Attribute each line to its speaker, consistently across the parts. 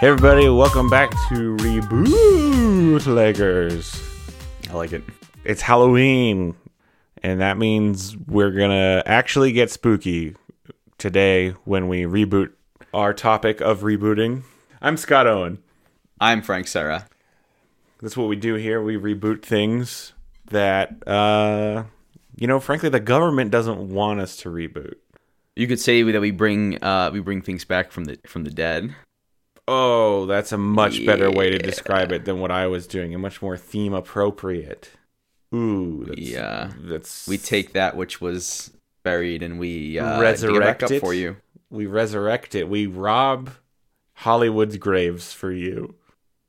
Speaker 1: Hey everybody, welcome back to Rebootleggers.
Speaker 2: I like it.
Speaker 1: It's Halloween, and that means we're gonna actually get spooky today when we reboot our topic of rebooting. I'm Scott Owen.
Speaker 2: I'm Frank Sarah.
Speaker 1: That's what we do here. We reboot things that, uh, you know, frankly, the government doesn't want us to reboot.
Speaker 2: You could say that we bring uh, we bring things back from the from the dead.
Speaker 1: Oh, that's a much better way to describe it than what I was doing, and much more theme appropriate. Ooh, that's,
Speaker 2: Yeah.
Speaker 1: that's
Speaker 2: uh, We take that which was buried and we uh, dig it
Speaker 1: Resurrect
Speaker 2: back
Speaker 1: it?
Speaker 2: up for you.
Speaker 1: we resurrect it. We rob Hollywood's graves for you,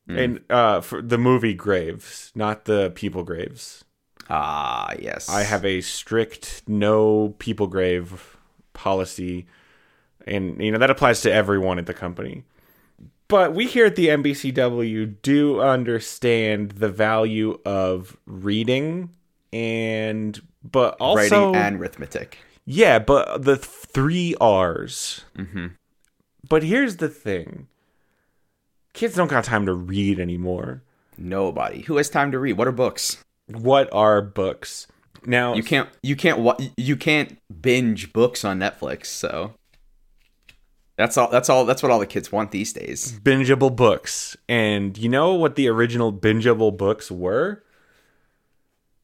Speaker 2: Mm.
Speaker 1: and uh, for the movie graves, not the people graves.
Speaker 2: Ah, yes.
Speaker 1: I have a strict no people grave policy, and you know that applies to everyone at the company. But we here at the NBCW do understand the value of reading and but also
Speaker 2: writing and arithmetic.
Speaker 1: yeah, but the three R's.
Speaker 2: hmm
Speaker 1: But here's the thing. Kids don't got time to read anymore.
Speaker 2: Nobody who has time to read. What are books?
Speaker 1: What are books? Now
Speaker 2: You can't you can't wa- you can't binge books on Netflix. So that's all. That's all. That's what all the kids want these days.
Speaker 1: bingeable books. And you know what the original bingeable books were?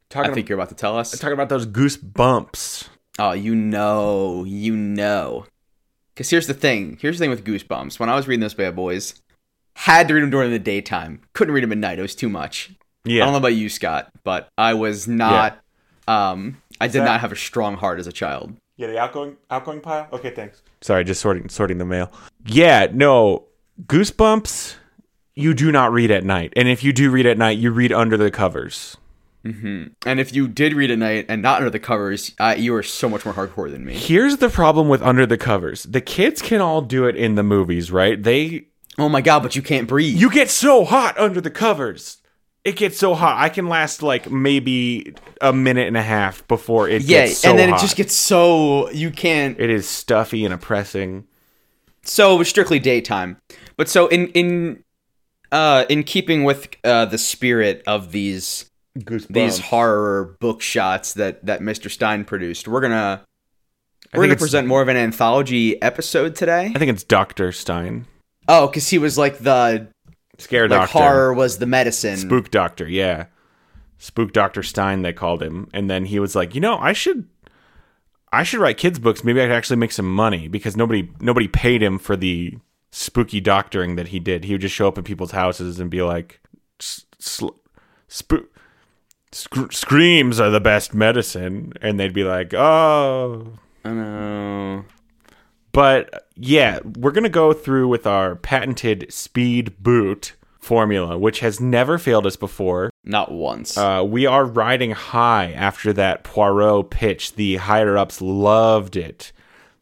Speaker 1: Talking,
Speaker 2: I think you're about to tell us.
Speaker 1: talking about those goosebumps.
Speaker 2: Oh, you know, you know. Because here's the thing. Here's the thing with Goosebumps. When I was reading those bad boys, had to read them during the daytime. Couldn't read them at night. It was too much. I don't
Speaker 1: Yeah.
Speaker 2: know about you, Scott, but I was not. Um, I did not have a strong heart as a child.
Speaker 1: Yeah, the outgoing outgoing pile? Okay, thanks. Sorry, just sorting sorting the mail. Yeah, no. Goosebumps you do not read at night. And if you do read at night, you read under the covers.
Speaker 2: And if you did read at night and not under the covers, uh, you were so much more hardcore than me.
Speaker 1: Here's the problem with under the covers. The kids can all do it in the movies, right? They
Speaker 2: Oh my god! But you can't breathe.
Speaker 1: you get so hot under the covers. It gets so hot. I can last like maybe a minute and a half before it
Speaker 2: yeah,
Speaker 1: gets so
Speaker 2: and then
Speaker 1: hot.
Speaker 2: it just gets so you can't.
Speaker 1: it is stuffy and oppressing.
Speaker 2: so it was strictly daytime but so in in uh in keeping with uh the spirit of these
Speaker 1: Goosebumps.
Speaker 2: these horror book shots that that mr stein produced we're gonna
Speaker 1: I think
Speaker 2: we're gonna
Speaker 1: it's-
Speaker 2: present more of an anthology episode today
Speaker 1: I think it's Doctor Stein,
Speaker 2: oh because he was like the
Speaker 1: scare
Speaker 2: like
Speaker 1: doctor,
Speaker 2: horror was the medicine
Speaker 1: spook doctor. Yeah, spook Doctor Stein. They called him, and then he was like, you know, I should. I should write kids books. Maybe I could actually make some money because nobody nobody paid him for the spooky doctoring that he did. He would just show up at people's houses and be like, "S- sl- spook sc- screams are the best medicine, and they'd be like, oh.
Speaker 2: i know
Speaker 1: But yeah, we're gonna go through with our patented speed boot formula, which has never failed us before.
Speaker 2: not once
Speaker 1: Uh, we are riding high after that Poirot pitch. The higher ups loved it.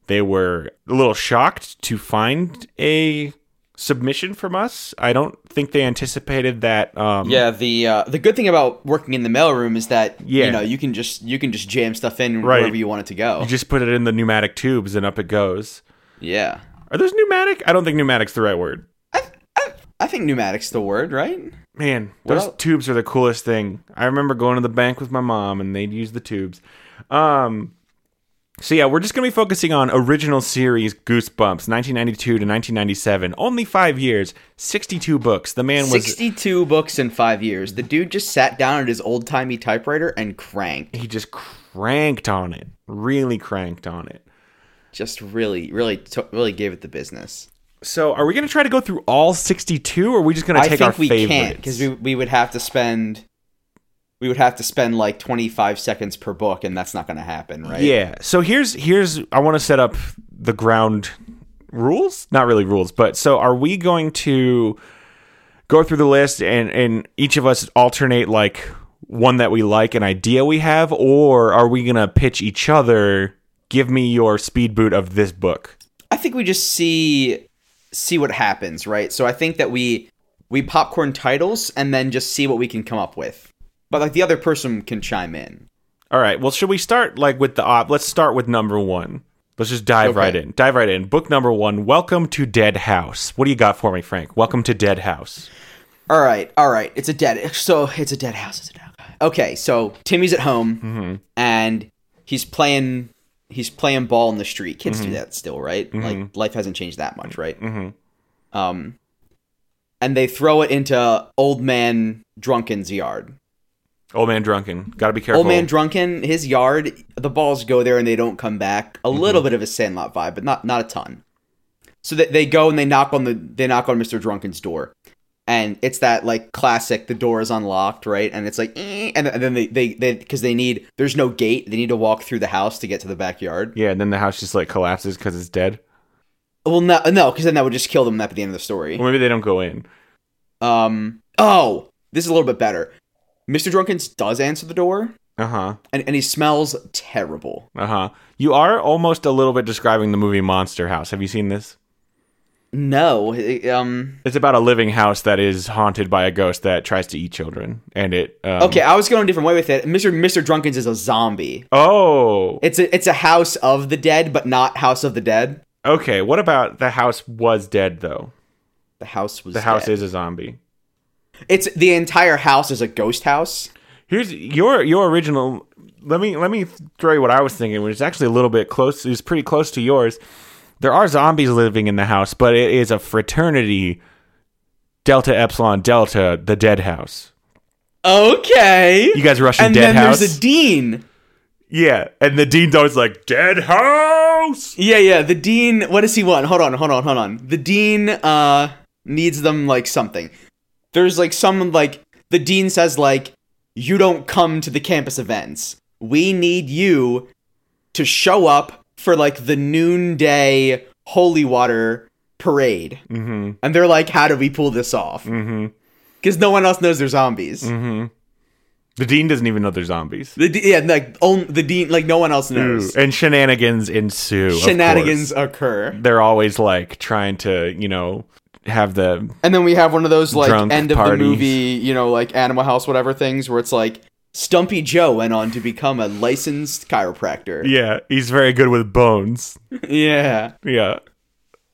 Speaker 1: They were a little shocked to find a submission from us. I don't think they anticipated that. Um,
Speaker 2: yeah the uh the good thing about working in the mailroom is that
Speaker 1: Yeah.
Speaker 2: you know you can just you can just jam stuff in
Speaker 1: Right.
Speaker 2: wherever you want it to go
Speaker 1: You just put it in the pneumatic tubes and up it goes.
Speaker 2: yeah
Speaker 1: Are those pneumatic? I don't think pneumatic's the right word.
Speaker 2: i think pneumatic's the word right
Speaker 1: Man, those
Speaker 2: Well-
Speaker 1: tubes are the coolest thing. I remember going to the bank with my mom and they'd use the tubes. Um so yeah, we're just going to be focusing on original series Goosebumps 1992 to 1997. Only 5 years, 62 books. The man was
Speaker 2: 62 books in five years. The dude just sat down at his old timey typewriter and cranked.
Speaker 1: he just cranked on it. Really cranked on it.
Speaker 2: Just really, really, t- really gave it the business.
Speaker 1: So, are we going to try to go through all 62 or are we just going to
Speaker 2: I
Speaker 1: take our
Speaker 2: think we
Speaker 1: favorites?
Speaker 2: can't because we, we would have to spend we would have to spend like 25 seconds per book, and that's not going to happen, right?
Speaker 1: Yeah. So here's here's I want to set up the ground rules, not really rules, but so are we going to go through the list and and each of us alternate like one that we like an idea we have or are we going to pitch each other give me your speed boot of this book?
Speaker 2: I think we just see see what happens, right? So I think that we we popcorn titles and then just see what we can come up with. But like the other person can chime in.
Speaker 1: All right. Well, should we start like with the op? Let's start with number 1. Let's just dive
Speaker 2: Okay.
Speaker 1: right in. Dive right in. Book number one. Welcome to Dead House. What do you got for me, Frank? Welcome to Dead House.
Speaker 2: All right, all right. It's a dead. So it's a dead house. It's a dead. Okay, so Timmy's at home and he's playing. He's playing ball in the street. Kids do that still, right? Like life hasn't changed that much, right?
Speaker 1: Mhm.
Speaker 2: Um, and they throw it into old man Drunken's yard.
Speaker 1: Old man drunken. Got to be careful.
Speaker 2: Old man Drunken, his yard. The balls go there and they don't come back. A little bit of a Sandlot vibe, but not not a ton. So they, they go and they knock on the they knock on Mister Drunken's door, and it's that like classic. The door is unlocked, right? And it's like, "Eh," and, and then they they they because they need there's no gate. They need to walk through the house to get to the backyard.
Speaker 1: yeah, and then the house just like collapses because it's dead.
Speaker 2: Well, no, no, because then that would just kill them at the end of the story.
Speaker 1: Or maybe they don't go in.
Speaker 2: Um. Oh, this is a little bit better. Mister Drunken's does answer the door,
Speaker 1: Uh huh.
Speaker 2: and and he smells terrible.
Speaker 1: Uh huh. You are almost a little bit describing the movie Monster House. Have you seen this?
Speaker 2: No, eh, um.
Speaker 1: It's about a living house that is haunted by a ghost that tries to eat children, and it. Um,
Speaker 2: Okay, I was going a different way with it. Mr. Mr. Drunken's is a zombie.
Speaker 1: Oh.
Speaker 2: It's a it's a house of the dead, but not house of the dead.
Speaker 1: Okay. What about the house was dead though?
Speaker 2: The house was
Speaker 1: The house is a zombie.
Speaker 2: It's the entire house is a ghost house.
Speaker 1: Here's your your original. Let me let me throw you what I was thinking, which is actually a little bit close. It's pretty close to yours. There are zombies living in the house, but it is a fraternity, Delta Epsilon Delta, the Dead House.
Speaker 2: Okay.
Speaker 1: You guys rushing
Speaker 2: and
Speaker 1: Dead
Speaker 2: then
Speaker 1: House?
Speaker 2: there's a dean.
Speaker 1: yeah, and the dean's always like Dead House.
Speaker 2: Yeah, yeah. The dean. What does he want? Hold on, hold on, hold on. The dean uh needs them like something. There's like some like the dean says like you don't come to the campus events. We need you to show up for like the noonday holy water parade.
Speaker 1: Mm-hmm.
Speaker 2: And they're like, how do we pull this off?
Speaker 1: Mm-hmm.
Speaker 2: Because no one else knows they're zombies.
Speaker 1: Mm-hmm. The dean doesn't even know they're zombies.
Speaker 2: The de- yeah, like on- the dean, like no one else knows.
Speaker 1: And shenanigans ensue. of
Speaker 2: Shenanigans
Speaker 1: course.
Speaker 2: occur.
Speaker 1: They're always like trying to, you know, have the
Speaker 2: And then we have one of those like
Speaker 1: Drunk
Speaker 2: end of
Speaker 1: parties.
Speaker 2: the movie, you know, like Animal House, whatever things, where it's like Stumpy Joe went on to become a licensed chiropractor.
Speaker 1: yeah. He's very good with bones.
Speaker 2: yeah.
Speaker 1: Yeah.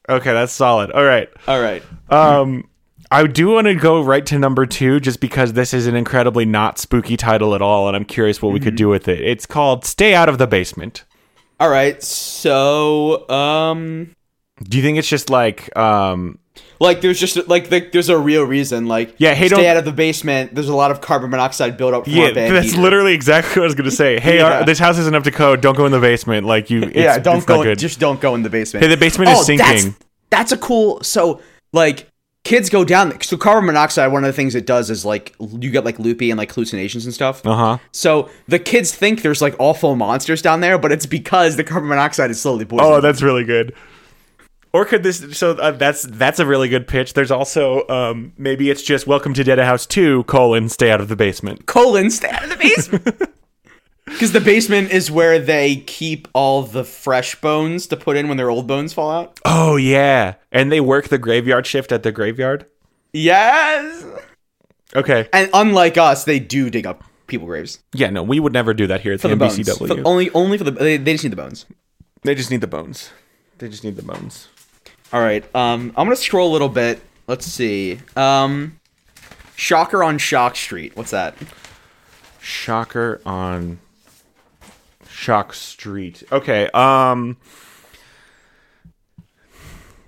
Speaker 1: Okay, that's solid. All right.
Speaker 2: All right.
Speaker 1: Um, I do want to go right to number two, just because this is an incredibly not spooky title at all, and I'm curious what we
Speaker 2: Mm-hmm.
Speaker 1: could do with it. It's called "Stay Out of the Basement."
Speaker 2: All right. So, um,
Speaker 1: Do you think it's just like, um,
Speaker 2: like there's just like the, there's a real reason. Like,
Speaker 1: Yeah, hey,
Speaker 2: stay
Speaker 1: don't-
Speaker 2: out of the basement. There's a lot of carbon monoxide buildup. From
Speaker 1: yeah,
Speaker 2: our bad
Speaker 1: that's
Speaker 2: heater.
Speaker 1: literally exactly what I was gonna say. Hey,
Speaker 2: Yeah.
Speaker 1: our, this house isn't up to code. Don't go in the basement. Like you, it's,
Speaker 2: yeah. Don't
Speaker 1: it's not
Speaker 2: go.
Speaker 1: good.
Speaker 2: Just don't go in the basement.
Speaker 1: Hey, the basement is
Speaker 2: Oh, That's,
Speaker 1: sinking.
Speaker 2: that's a cool. So like kids go down. So carbon monoxide. One of the things it does is like you get like loopy and like hallucinations and stuff.
Speaker 1: Uh huh.
Speaker 2: So the kids think there's like awful monsters down there, but it's because the carbon monoxide is slowly poisoning.
Speaker 1: Oh, that's really good. Or could this? So uh, that's that's a really good pitch. There's also um, maybe it's just "Welcome to Dead House Two: colon, Stay out of the basement."
Speaker 2: colon stay out of the basement. Because the basement is where they keep all the fresh bones to put in when their old bones fall out.
Speaker 1: Oh yeah, and they work the graveyard shift at the graveyard.
Speaker 2: Yes.
Speaker 1: Okay,
Speaker 2: And unlike us, they do dig up people graves
Speaker 1: yeah, no, we would never do that here at
Speaker 2: for
Speaker 1: the,
Speaker 2: the bones.
Speaker 1: NBCW.
Speaker 2: For- only, only for the they, they just need the bones.
Speaker 1: they just need the bones. They just need the bones.
Speaker 2: All right. Um, I'm gonna scroll a little bit. Let's see. Um, Shocker on Shock Street. What's that?
Speaker 1: Shocker on Shock Street. Okay, um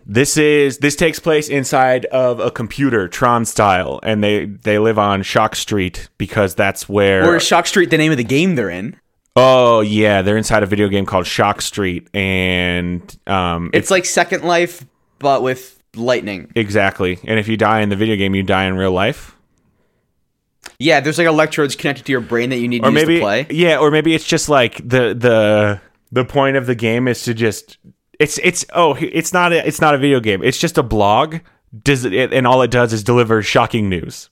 Speaker 1: This is this takes place inside of a computer Tron style and they they live on Shock Street because that's where
Speaker 2: Or is Shock Street the name of the game they're in?
Speaker 1: Oh yeah, they're inside a video game called Shock Street and um
Speaker 2: It's like Second Life, but with lightning.
Speaker 1: exactly. And if you die in the video game, you die in real life.
Speaker 2: Yeah, there's like electrodes connected to your brain that you need to
Speaker 1: or
Speaker 2: use
Speaker 1: maybe
Speaker 2: to play.
Speaker 1: yeah or maybe it's just like the the the point of the game is to just it's it's oh it's not a, it's not a video game it's just a blog does it, and all it does is deliver shocking news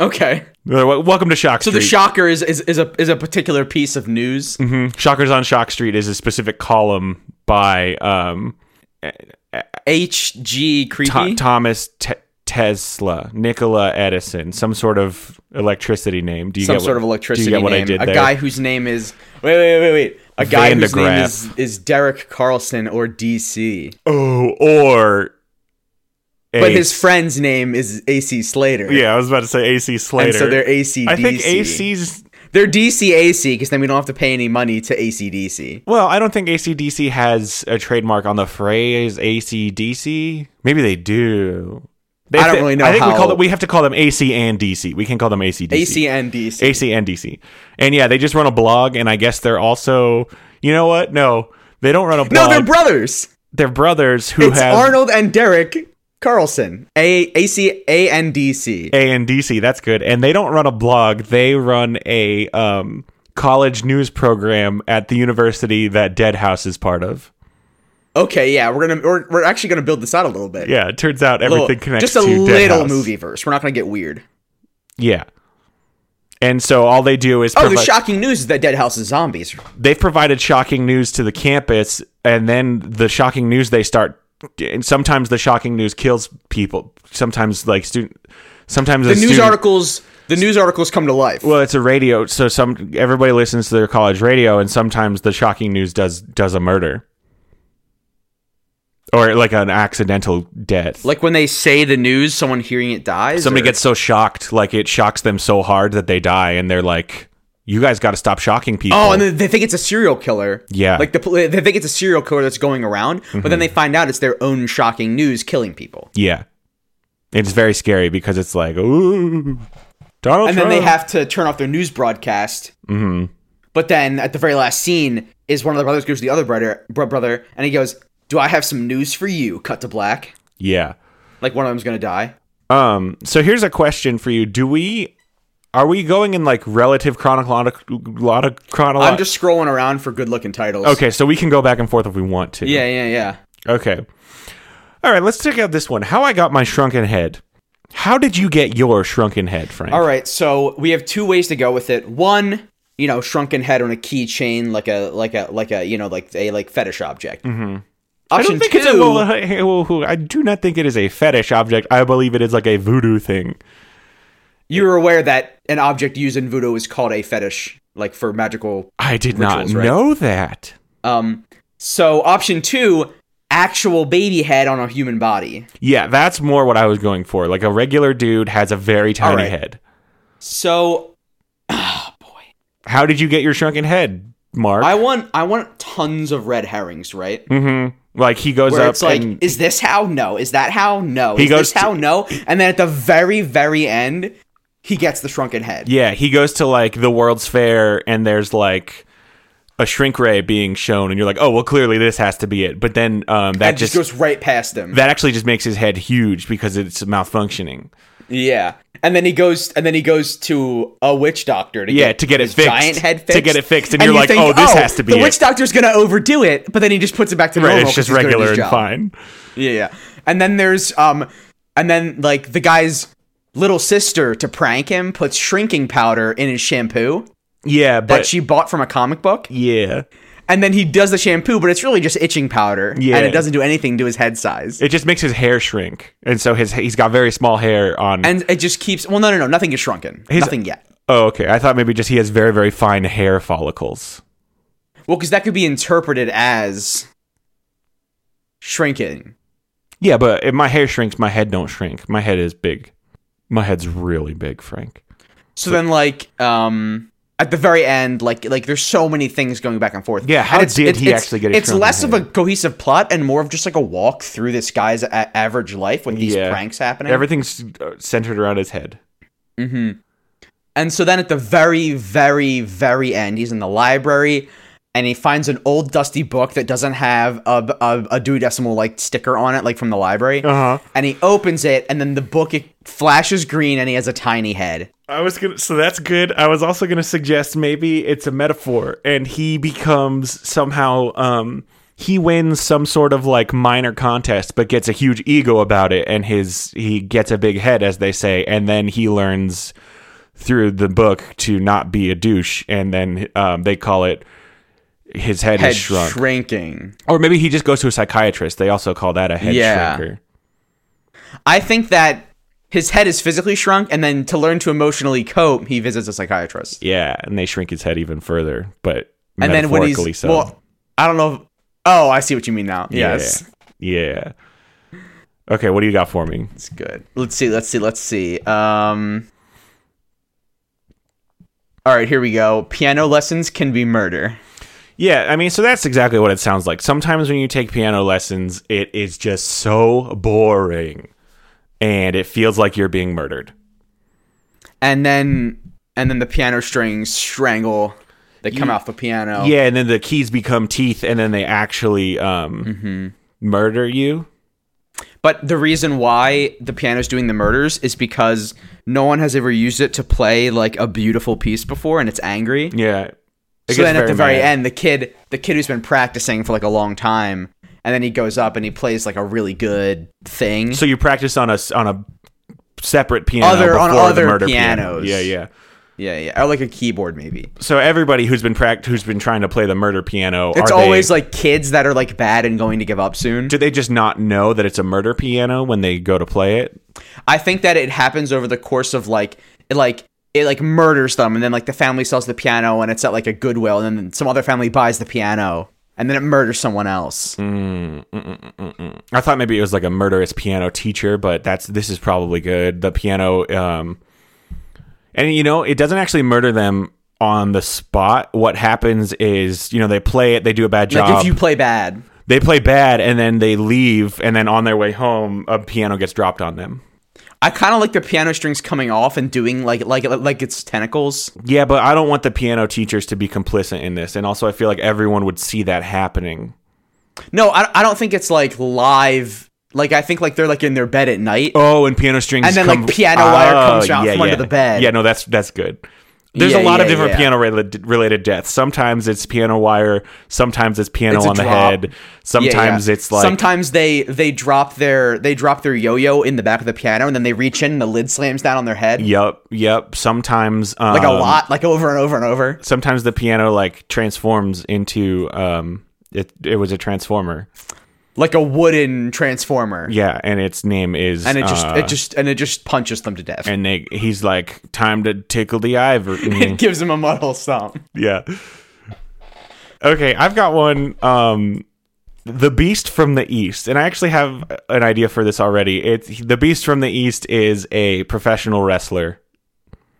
Speaker 2: Okay.
Speaker 1: Uh, wel- welcome to shock
Speaker 2: So the
Speaker 1: street
Speaker 2: shocker is, is, is a is a particular piece of news.
Speaker 1: Mhm. shockers on shock street is a specific column by um
Speaker 2: H G creepy.
Speaker 1: Tho- thomas Te- tesla nikola edison some sort of electricity name do you
Speaker 2: some
Speaker 1: get
Speaker 2: sort
Speaker 1: what,
Speaker 2: of electricity
Speaker 1: do you get what
Speaker 2: name.
Speaker 1: i did
Speaker 2: a
Speaker 1: there?
Speaker 2: guy whose name is wait wait wait wait. wait. A A guy whose name
Speaker 1: Vandegraaff.
Speaker 2: is, is Derek Carlson or DC.
Speaker 1: Oh, or
Speaker 2: But
Speaker 1: A-
Speaker 2: his friend's name is AC Slater.
Speaker 1: yeah, I was about to say AC Slater.
Speaker 2: And so they're AC
Speaker 1: I think
Speaker 2: DC.
Speaker 1: AC's
Speaker 2: They're DC AC because then we don't have to pay any money to ACDC.
Speaker 1: well, I don't think ACDC has a trademark on the phrase ACDC. Maybe they do. They
Speaker 2: I don't
Speaker 1: they-
Speaker 2: really know
Speaker 1: I think we
Speaker 2: how-
Speaker 1: call it, we have to call them AC and DC. We can call them ACDC.
Speaker 2: AC and DC.
Speaker 1: AC and DC. And yeah, they just run a blog, and I guess they're also, you know what? No, they don't run a
Speaker 2: no,
Speaker 1: blog.
Speaker 2: they're brothers.
Speaker 1: they're brothers who
Speaker 2: it's
Speaker 1: have
Speaker 2: Arnold and Derek Carlson. A A C A N D C.
Speaker 1: A and DC. That's good. And they don't run a blog. They run a um, college news program at the university that Deadhouse is part of.
Speaker 2: Okay, yeah, we're gonna we're, we're actually gonna build this out a little bit.
Speaker 1: Yeah, it turns out
Speaker 2: Little-
Speaker 1: everything connects
Speaker 2: just a
Speaker 1: to
Speaker 2: little
Speaker 1: Deadhouse.
Speaker 2: movie verse. We're not gonna get weird.
Speaker 1: Yeah. And so all they do is
Speaker 2: Oh, the
Speaker 1: provi-
Speaker 2: shocking news is that Deadhouse is zombies.
Speaker 1: they've provided shocking news to the campus, and then the shocking news they start. And sometimes the shocking news kills people. Sometimes like student. Sometimes
Speaker 2: The news articles the news articles come to life.
Speaker 1: Well, it's a radio, so some everybody listens to their college radio, and sometimes the shocking news does does a murder, or like an accidental death.
Speaker 2: like when they say the news, someone hearing it dies.
Speaker 1: Somebody
Speaker 2: or-
Speaker 1: gets so shocked, like it shocks them so hard that they die, and they're like, "You guys got to stop shocking people."
Speaker 2: Oh, and then they think it's a serial killer.
Speaker 1: Yeah. Mm-hmm.
Speaker 2: like the pol- they think it's a serial killer that's going around, but then they find out it's their own shocking news killing people,
Speaker 1: yeah, it's very scary because it's like, "Ooh, Donald."
Speaker 2: and then
Speaker 1: Trump.
Speaker 2: they have to turn off their news broadcast. Mm-hmm. But then at the very last scene is one of the brothers goes to the other brother, bro- brother, and he goes, "Do I have some news for you?" Cut to black.
Speaker 1: yeah.
Speaker 2: Like one of them's gonna die.
Speaker 1: Um, so here's a question for you: Do we? Are we going in like relative chronological? chronological?
Speaker 2: I'm just scrolling around for good-looking titles.
Speaker 1: Uh, Okay, so we can go back and forth if we want to.
Speaker 2: Yeah, yeah, yeah.
Speaker 1: Okay. All right, let's check out this one. How I got my shrunken head. How did you get your shrunken head, Frank?
Speaker 2: All right, so we have two ways to go with it. One, you know, shrunken head on a keychain, like a like a like a you know like a like fetish object. Mm-hmm.
Speaker 1: I
Speaker 2: Option
Speaker 1: don't think
Speaker 2: two,
Speaker 1: it's a. Well, hey, hey, whoa, whoa, I do not think it is a fetish object. I believe it is like a voodoo thing.
Speaker 2: you're aware that an object used in voodoo is called a fetish, like for magical.
Speaker 1: I did
Speaker 2: Rituals,
Speaker 1: not
Speaker 2: right?
Speaker 1: know that.
Speaker 2: Um, so option two, actual baby head on a human body.
Speaker 1: Yeah, that's more what I was going for. Like a regular dude has a very tiny
Speaker 2: right.
Speaker 1: head.
Speaker 2: So
Speaker 1: How did you get your shrunken head, Mark?
Speaker 2: I want I want tons of red herrings, right?
Speaker 1: mm-hmm. Like he goes
Speaker 2: Where
Speaker 1: up
Speaker 2: it's like,
Speaker 1: and
Speaker 2: is this how? No. Is that how? No.
Speaker 1: He
Speaker 2: is
Speaker 1: goes
Speaker 2: this
Speaker 1: to-
Speaker 2: how? No. And then at the very, very end, he gets the shrunken head.
Speaker 1: Yeah, he goes to like the World's Fair and there's like a shrink ray being shown and you're like, "Oh, well clearly this has to be it." But then um that
Speaker 2: It just
Speaker 1: just,
Speaker 2: goes right past him.
Speaker 1: that actually just makes his head huge because it's malfunctioning.
Speaker 2: yeah. And then he goes and then he goes to a witch doctor to
Speaker 1: Yeah,
Speaker 2: get
Speaker 1: to get it
Speaker 2: his
Speaker 1: fixed.
Speaker 2: giant head fixed.
Speaker 1: To get it fixed, and you're
Speaker 2: you
Speaker 1: like, "Oh, this has to be
Speaker 2: The
Speaker 1: it."
Speaker 2: witch doctor's gonna overdo it, but then he just puts it back to normal.
Speaker 1: it's
Speaker 2: 'cause
Speaker 1: just
Speaker 2: he's good at
Speaker 1: regular and
Speaker 2: his job.
Speaker 1: fine.
Speaker 2: Yeah, yeah. And then there's um and then like the guy's little sister to prank him puts shrinking powder in his shampoo
Speaker 1: Yeah,
Speaker 2: that
Speaker 1: but
Speaker 2: she bought from a comic book.
Speaker 1: yeah.
Speaker 2: And then he does the shampoo, but it's really just itching powder.
Speaker 1: Yeah.
Speaker 2: And it doesn't do anything to his head size.
Speaker 1: It just makes his hair shrink. And so his he's got very small hair on
Speaker 2: and it just keeps well no no no, nothing is shrunken. nothing yet.
Speaker 1: Oh, okay. I thought maybe just he has very very fine hair follicles.
Speaker 2: Well, because that could be interpreted as shrinking.
Speaker 1: Yeah, but if my hair shrinks, my head don't shrink. My head is big. My head's really big, Frank.
Speaker 2: So then, like, um, at the very end, like, like there's so many things going back and forth.
Speaker 1: Yeah,
Speaker 2: And
Speaker 1: how did he actually get a
Speaker 2: It's
Speaker 1: shrunken
Speaker 2: less of a
Speaker 1: head?
Speaker 2: cohesive plot and more of just like a walk through this guy's a- average life with these
Speaker 1: Yeah.
Speaker 2: pranks happening.
Speaker 1: Everything's uh, centered around his head.
Speaker 2: And so then at the very, very, very end, he's in the library and he finds an old dusty book that doesn't have a, a, a Dewey Decimal like sticker on it, like from the library.
Speaker 1: Uh-huh.
Speaker 2: And he opens it, and then the book it flashes green, and he has a tiny head.
Speaker 1: I was gonna, so that's good. I was also gonna suggest maybe it's a metaphor, and he becomes somehow, um, he wins some sort of like minor contest, but gets a huge ego about it, and his he gets a big head, as they say, and then he learns through the book to not be a douche, and then um, they call it his head,
Speaker 2: Head
Speaker 1: is shrunk,
Speaker 2: shrinking.
Speaker 1: or maybe he just goes to a psychiatrist. They also call that a head
Speaker 2: Yeah.
Speaker 1: shrinker.
Speaker 2: I think that his head is physically shrunk, and then to learn to emotionally cope, he visits a psychiatrist.
Speaker 1: Yeah, and they shrink his head even further. But
Speaker 2: and then when
Speaker 1: Metaphorically
Speaker 2: he's
Speaker 1: so.
Speaker 2: well, I don't know. If, oh, I see what you mean now. Yes,
Speaker 1: Yeah. Okay, what do you got for me?
Speaker 2: it's good. Let's see. Let's see. Let's see. Um. All right, here we go. Piano lessons can be murder.
Speaker 1: Yeah, I mean, so that's exactly what it sounds like. Sometimes when you take piano lessons, it is just so boring and it feels like you're being murdered.
Speaker 2: and then and then the piano strings strangle they come off the piano
Speaker 1: Yeah, and then the keys become teeth and then they actually um
Speaker 2: Mm-hmm.
Speaker 1: murder you.
Speaker 2: but the reason why the piano's doing the murders is because no one has ever used it to play like a beautiful piece before and it's angry
Speaker 1: Yeah. It
Speaker 2: so
Speaker 1: gets
Speaker 2: then at the very
Speaker 1: mad.
Speaker 2: end the kid the kid who's been practicing for like a long time and then he goes up and he plays like a really good thing
Speaker 1: So you practice on a s- on a separate piano
Speaker 2: Other- on
Speaker 1: before
Speaker 2: other
Speaker 1: the murder
Speaker 2: pianos.
Speaker 1: Piano. Yeah, yeah.
Speaker 2: yeah yeah or like a keyboard maybe
Speaker 1: So everybody who's been pract- who's been trying to play the murder piano,
Speaker 2: it's
Speaker 1: are
Speaker 2: always
Speaker 1: they,
Speaker 2: like kids that are like bad and going to give up soon
Speaker 1: do they just not know that it's a murder piano when they go to play it?
Speaker 2: I think that it happens over the course of like it like it like murders them and then like the family sells the piano and it's at like a goodwill and then some other family buys the piano and then it murders someone else.
Speaker 1: I thought maybe it was like a murderous piano teacher, but that's this is probably good. The piano, um, and you know, it doesn't actually murder them on the spot. What happens is, you know, they play it, they do a bad job,
Speaker 2: Like if you play bad.
Speaker 1: they play bad, and then they leave, and then on their way home, a piano gets dropped on them.
Speaker 2: I kind of like the piano strings coming off and doing like like like it's tentacles.
Speaker 1: Yeah, but I don't want the piano teachers to be complicit in this, and also I feel like everyone would see that happening.
Speaker 2: No, I, I don't think it's like live. Like I think like they're like in their bed at night.
Speaker 1: Oh, and piano strings,
Speaker 2: And then,
Speaker 1: come- Ah,
Speaker 2: like, piano wire comes out
Speaker 1: yeah,
Speaker 2: from under
Speaker 1: yeah.
Speaker 2: the bed.
Speaker 1: Yeah, no, that's that's good. There's a
Speaker 2: Yeah,
Speaker 1: lot of
Speaker 2: yeah,
Speaker 1: different
Speaker 2: yeah.
Speaker 1: piano rela- related deaths. Sometimes it's piano wire. Sometimes it's piano
Speaker 2: It's a
Speaker 1: on the
Speaker 2: drop.
Speaker 1: head.
Speaker 2: Yeah, yeah.
Speaker 1: Sometimes it's like
Speaker 2: sometimes they they drop their they drop their yo-yo in the back of the piano and then they reach in and the lid slams down on their head.
Speaker 1: yep, yep. Sometimes um,
Speaker 2: Like a lot, like over and over and over.
Speaker 1: Sometimes the piano like transforms into um, it. It was a transformer.
Speaker 2: like a wooden transformer
Speaker 1: Yeah, and its name is
Speaker 2: and it just
Speaker 1: uh,
Speaker 2: it just and it just punches them to death
Speaker 1: and they, he's like time to tickle the ivory.
Speaker 2: it gives them a muddle stomp
Speaker 1: yeah. Okay, I've got one. Um, the Beast from the East, and I actually have an idea for this already. It's the Beast from the East is a professional wrestler,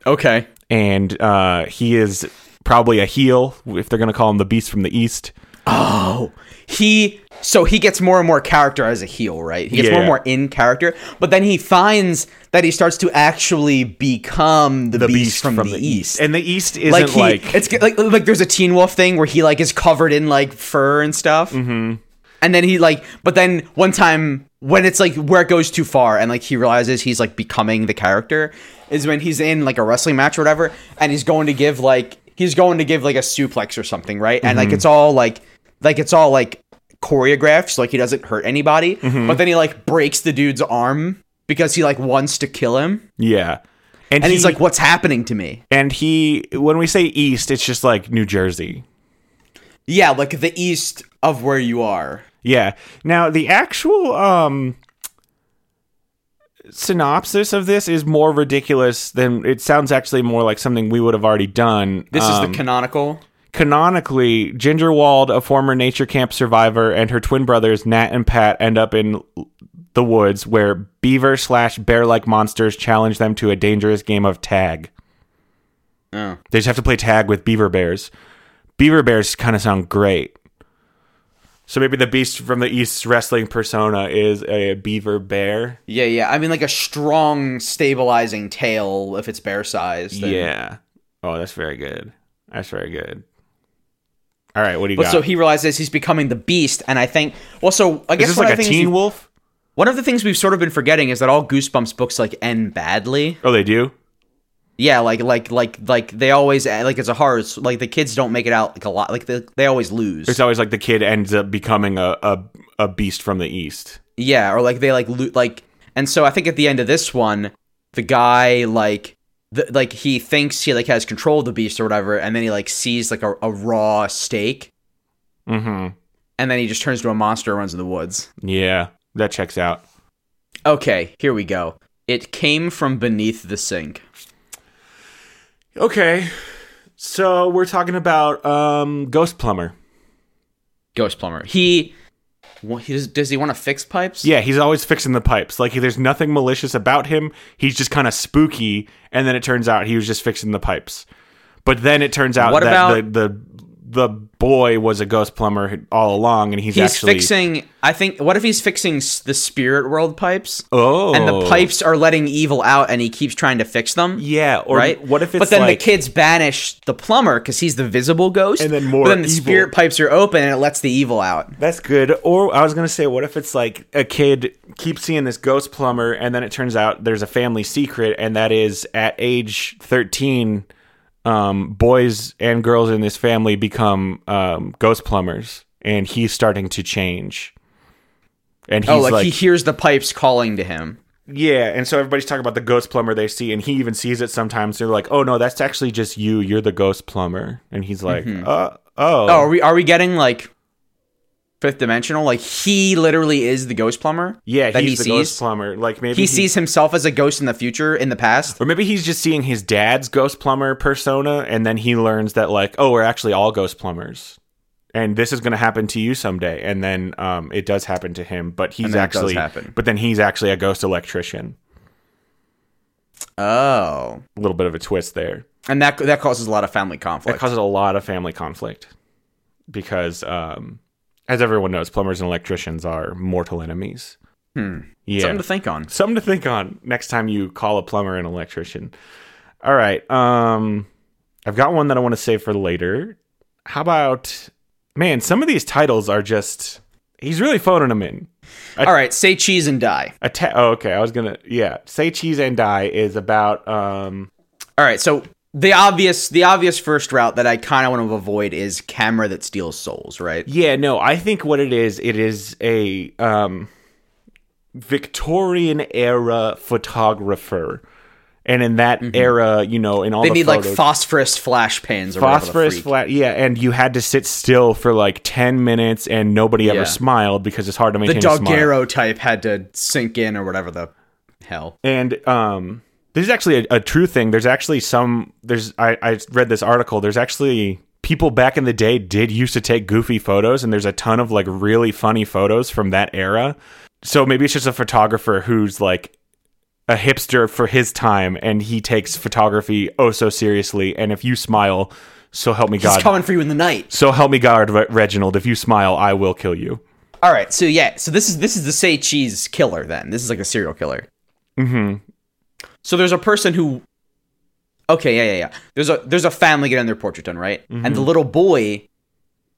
Speaker 2: okay
Speaker 1: and uh, he is probably a heel if they're going to call him the Beast from the East.
Speaker 2: oh he so he gets more and more character as a heel right he gets more and
Speaker 1: Yeah.
Speaker 2: more in character but then he finds that he starts to actually become the, beast, from, the, east,
Speaker 1: and the East isn't
Speaker 2: like
Speaker 1: like,
Speaker 2: he, it's g- like like there's a Teen Wolf thing where he like is covered in like fur and stuff, mm-hmm. and then he like, but then one time when it's like where it goes too far and like he realizes he's like becoming the character is when he's in like a wrestling match or whatever, and he's going to give like he's going to give like a suplex or something, right? And
Speaker 1: Mm-hmm.
Speaker 2: like it's all like like it's all like choreographed, so like he doesn't hurt anybody,
Speaker 1: Mm-hmm.
Speaker 2: but then he like breaks the dude's arm because he like wants to kill him,
Speaker 1: yeah,
Speaker 2: and
Speaker 1: he-
Speaker 2: he's like, "What's happening to me?"
Speaker 1: and he when we say East, it's just like New Jersey.
Speaker 2: Yeah, like the east of where you are.
Speaker 1: Yeah. Now the actual um synopsis of this is more ridiculous than it sounds actually more like something we would have already done.
Speaker 2: This is
Speaker 1: Um,
Speaker 2: the canonical.
Speaker 1: canonically Ginger Wald, a former nature camp survivor, and her twin brothers Nat and Pat end up in l- the woods where beaver slash bear like monsters challenge them to a dangerous game of tag.
Speaker 2: Oh.
Speaker 1: They just have to play tag with beaver bears. Beaver bears kind of sound great. So maybe the beast from the east's wrestling persona is a beaver bear.
Speaker 2: Yeah, yeah. I mean, like a strong stabilizing tail if it's bear sized. and-
Speaker 1: Yeah. Oh, that's very good. That's very good. All right, what do you
Speaker 2: But
Speaker 1: got?
Speaker 2: so he realizes he's becoming the beast, and I think. Well, so I guess
Speaker 1: is this
Speaker 2: one
Speaker 1: like
Speaker 2: of
Speaker 1: a
Speaker 2: the things
Speaker 1: Teen
Speaker 2: we-
Speaker 1: Wolf?
Speaker 2: one of the things we've sort of been forgetting is that all Goosebumps books like end badly.
Speaker 1: Oh, they do.
Speaker 2: Yeah, like like like like they always like it's a horror. it's- like the kids don't make it out like a lot. Like they they always lose.
Speaker 1: It's always like the kid ends up becoming a a, a beast from the east.
Speaker 2: Yeah, or like they like loot like and so I think at the end of this one, the guy like the, like he thinks he like has control of the beast or whatever, and then he like sees like a, a raw steak,
Speaker 1: Mm-hmm.
Speaker 2: and then he just turns to a monster and runs in the woods.
Speaker 1: Yeah, that checks out.
Speaker 2: Okay, here we go. It came from beneath the sink.
Speaker 1: Okay. So we're talking about um, Ghost Plumber.
Speaker 2: Ghost plumber. He, wha- he does, does he want to fix pipes?
Speaker 1: Yeah, he's always fixing the pipes. Like there's nothing malicious about him. He's just kind of spooky, and then it turns out he was just fixing the pipes. But then it turns out
Speaker 2: What
Speaker 1: that
Speaker 2: about-
Speaker 1: the, the the boy was a ghost plumber all along, and he's,
Speaker 2: He's
Speaker 1: actually
Speaker 2: fixing. I think. What if he's fixing s- the spirit world pipes?
Speaker 1: oh
Speaker 2: And the pipes are letting evil out, and he keeps trying to fix them.
Speaker 1: Yeah, or
Speaker 2: right?
Speaker 1: what if it's
Speaker 2: but then
Speaker 1: like
Speaker 2: the kids banish the plumber because he's the visible ghost,
Speaker 1: And then more
Speaker 2: But then the
Speaker 1: evil.
Speaker 2: spirit pipes are open, and it lets the evil out.
Speaker 1: That's good. Or I was gonna say, what if it's like a kid keeps seeing this ghost plumber, and then it turns out there's a family secret, and that is at age thirteen, um, boys and girls in this family become um, ghost plumbers, and he's starting to change. And he's
Speaker 2: oh, like,
Speaker 1: like,
Speaker 2: he hears the pipes calling to him.
Speaker 1: yeah, and so everybody's talking about the ghost plumber they see, and he even sees it sometimes. They're like, "Oh no, that's actually just you. You're the ghost plumber," and he's like, "Uh, oh,
Speaker 2: Mm-hmm. Oh, are we are we getting like fifth dimensional? Like he literally is the ghost plumber.
Speaker 1: yeah,
Speaker 2: that
Speaker 1: he's
Speaker 2: he
Speaker 1: the
Speaker 2: sees.
Speaker 1: ghost plumber." Like maybe
Speaker 2: he sees himself as a ghost in the future, in the past.
Speaker 1: Or maybe he's just seeing his dad's ghost plumber persona, and then he learns that like, oh, we're actually all ghost plumbers, and this is going to happen to you someday. And then um, it does happen to him, but he's
Speaker 2: then it does
Speaker 1: actually,
Speaker 2: happen.
Speaker 1: but then he's actually a ghost electrician.
Speaker 2: Oh,
Speaker 1: A little bit of a twist there.
Speaker 2: and that that causes a lot of family conflict.
Speaker 1: That causes a lot of family conflict because, um, as everyone knows, plumbers and electricians are mortal enemies.
Speaker 2: Hmm.
Speaker 1: Yeah,
Speaker 2: Something to think on.
Speaker 1: something to think on next time you call a plumber an electrician. All right. Um I've got one that I want to save for later. How about man, some of these titles are just he's really phoning them in.
Speaker 2: All right, say cheese and die.
Speaker 1: A ta- oh, okay, I was going to yeah, say cheese and die is about um
Speaker 2: All right, so the obvious the obvious first route that I kind of want to avoid is camera that steals souls, right?
Speaker 1: yeah, no, I think what it is, it is a um Victorian era photographer. And in that era, you know, in all
Speaker 2: Mm-hmm.
Speaker 1: the
Speaker 2: They need like
Speaker 1: photos-
Speaker 2: phosphorus flash pans or
Speaker 1: phosphorus
Speaker 2: whatever.
Speaker 1: flat yeah and you had to sit still for like 10 minutes and nobody
Speaker 2: Yeah.
Speaker 1: ever smiled because it's hard to
Speaker 2: The,
Speaker 1: maintain
Speaker 2: freak.
Speaker 1: a smile
Speaker 2: Doggero type had to sink in or whatever the hell.
Speaker 1: and um this is actually a, a true thing there's actually some there's I, I read this article there's actually people back in the day did used to take goofy photos and there's a ton of like really funny photos from that era so maybe it's just a photographer who's like a hipster for his time and he takes photography oh so seriously and if you smile so help me god
Speaker 2: He's coming for you in the night.
Speaker 1: So help me God, Re- Reginald. If you smile, I will kill you.
Speaker 2: All right, so yeah, so this is this is the say cheese killer. Then this is like a serial killer.
Speaker 1: Mm-hmm.
Speaker 2: So there's a person who Okay, yeah, yeah, yeah. There's a there's a family getting their portrait done, right? And the
Speaker 1: Mm-hmm.
Speaker 2: little boy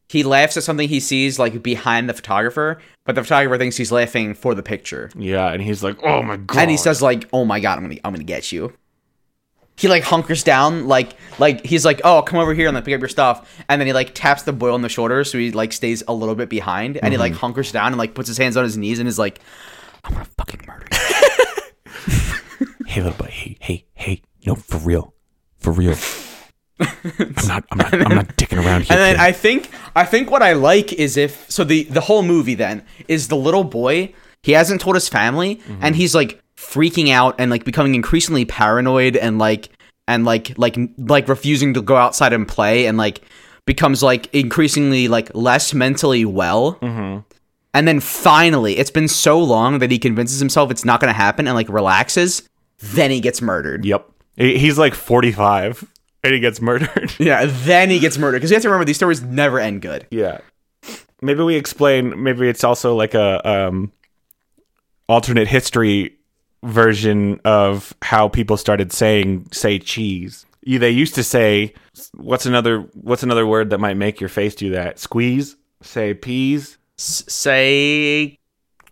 Speaker 2: he laughs at something he sees like behind the photographer, but the photographer thinks he's laughing for the picture.
Speaker 1: Yeah, and he's like, "Oh my God!"
Speaker 2: And he says like, "Oh my god, I'm going to I'm going to get you." He like hunkers down like like he's like, "Oh, come over here and like pick up your stuff." And then he like taps the boy on the shoulder so he like stays a little bit behind and he like hunkers down and like puts his hands on his knees and is like, "I'm going to fucking murder you."
Speaker 3: hey little buddy, hey, hey, hey, no, for real, for real. I'm not, I'm not, I'm not dicking around here.
Speaker 2: And then I think I think what I like is if so the the whole movie then is the little boy he hasn't told his family and he's like freaking out and like becoming increasingly paranoid and like and like like like refusing to go outside and play and like becomes like increasingly like less mentally well. And then finally, it's been so long that he convinces himself it's not going to happen and like relaxes. Then he gets murdered.
Speaker 1: "Yep." He- He's like forty-five, and he gets murdered.
Speaker 2: Yeah, then he gets murdered because you have to remember these stories never end good.
Speaker 1: yeah. Maybe we explain. Maybe it's also like a um, alternate history version of how people started saying "say cheese." You- They used to say, "What's another What's another word that might make your face do that?" Squeeze. Say peas.
Speaker 2: S- say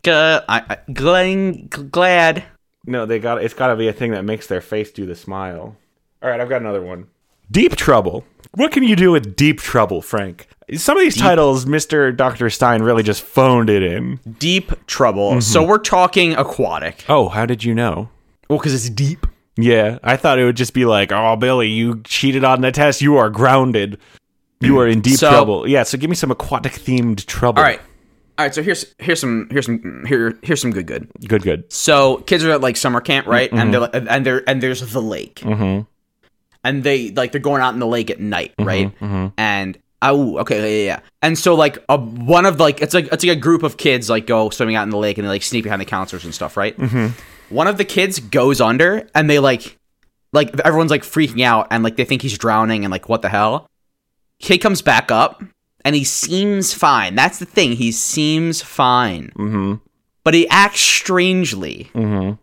Speaker 2: uh, I, I, glen, glad
Speaker 1: No, they got it's got to be a thing that makes their face do the smile. All right, I've got another one. Deep trouble. What can you do with deep trouble, Frank? Some of these titles, Mister Doctor Stein really just phoned it in.
Speaker 2: deep trouble so we're talking aquatic
Speaker 1: Oh, how did you know?
Speaker 2: well because it's deep
Speaker 1: Yeah, I thought it would just be like, "Oh, Billy, you cheated on the test. You are grounded. You are in deep
Speaker 2: So-
Speaker 1: trouble." Yeah, so give me some aquatic themed trouble.
Speaker 2: all right all right so here's here's some here's some here here's some good good
Speaker 1: good, good.
Speaker 2: Mm-hmm.
Speaker 1: Mm-hmm,
Speaker 2: so kids are at like summer camp right and they're like, and they're and there's the lake and they like they're going out in the lake at night, right? And oh, okay, yeah, yeah, yeah. And so like a one of like it's like it's like a group of kids like go swimming out in the lake and they like sneak behind the counselors and stuff, right? One of the kids goes under and they like like everyone's like freaking out and like they think he's drowning and like what the hell? Kid comes back up and he seems fine. That's the thing, he seems fine,
Speaker 1: Mm-hmm.
Speaker 2: but he acts strangely.
Speaker 1: Mm-hmm.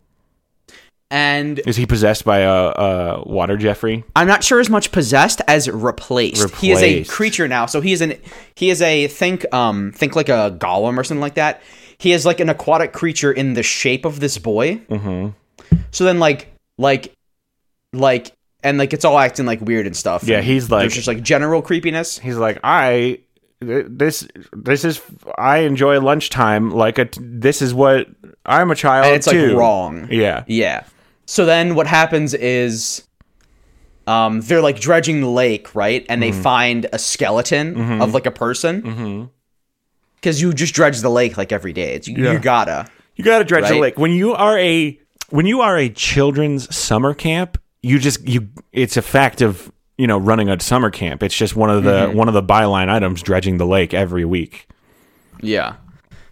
Speaker 2: And
Speaker 1: Is he possessed by a, a water Jeffrey?
Speaker 2: I'm not sure as much possessed as replaced. He is a
Speaker 1: Replaced.
Speaker 2: creature now, so he is an he is a think um think like a golem or something like that. He is like an aquatic creature in the shape of this boy.
Speaker 1: Mm-hmm.
Speaker 2: So then like like like and like it's all acting like weird and stuff.
Speaker 1: Yeah,
Speaker 2: And
Speaker 1: he's like
Speaker 2: there's just like general creepiness.
Speaker 1: he's like I th- this this is I enjoy lunchtime like a t- this is what I'm a child
Speaker 2: And it's like
Speaker 1: too.
Speaker 2: wrong.
Speaker 1: Yeah.
Speaker 2: Yeah. So then what happens is um they're like dredging the lake, right? And
Speaker 1: Mm-hmm.
Speaker 2: they find a skeleton of like a person. Cuz you just dredge the lake like every day. It's you, you gotta.
Speaker 1: You gotta dredge the
Speaker 2: Right?
Speaker 1: lake. When you are a when you are a children's summer camp, you just you it's a fact of you know running a summer camp. It's just one of the one of the byline items dredging the lake every week.
Speaker 2: Yeah.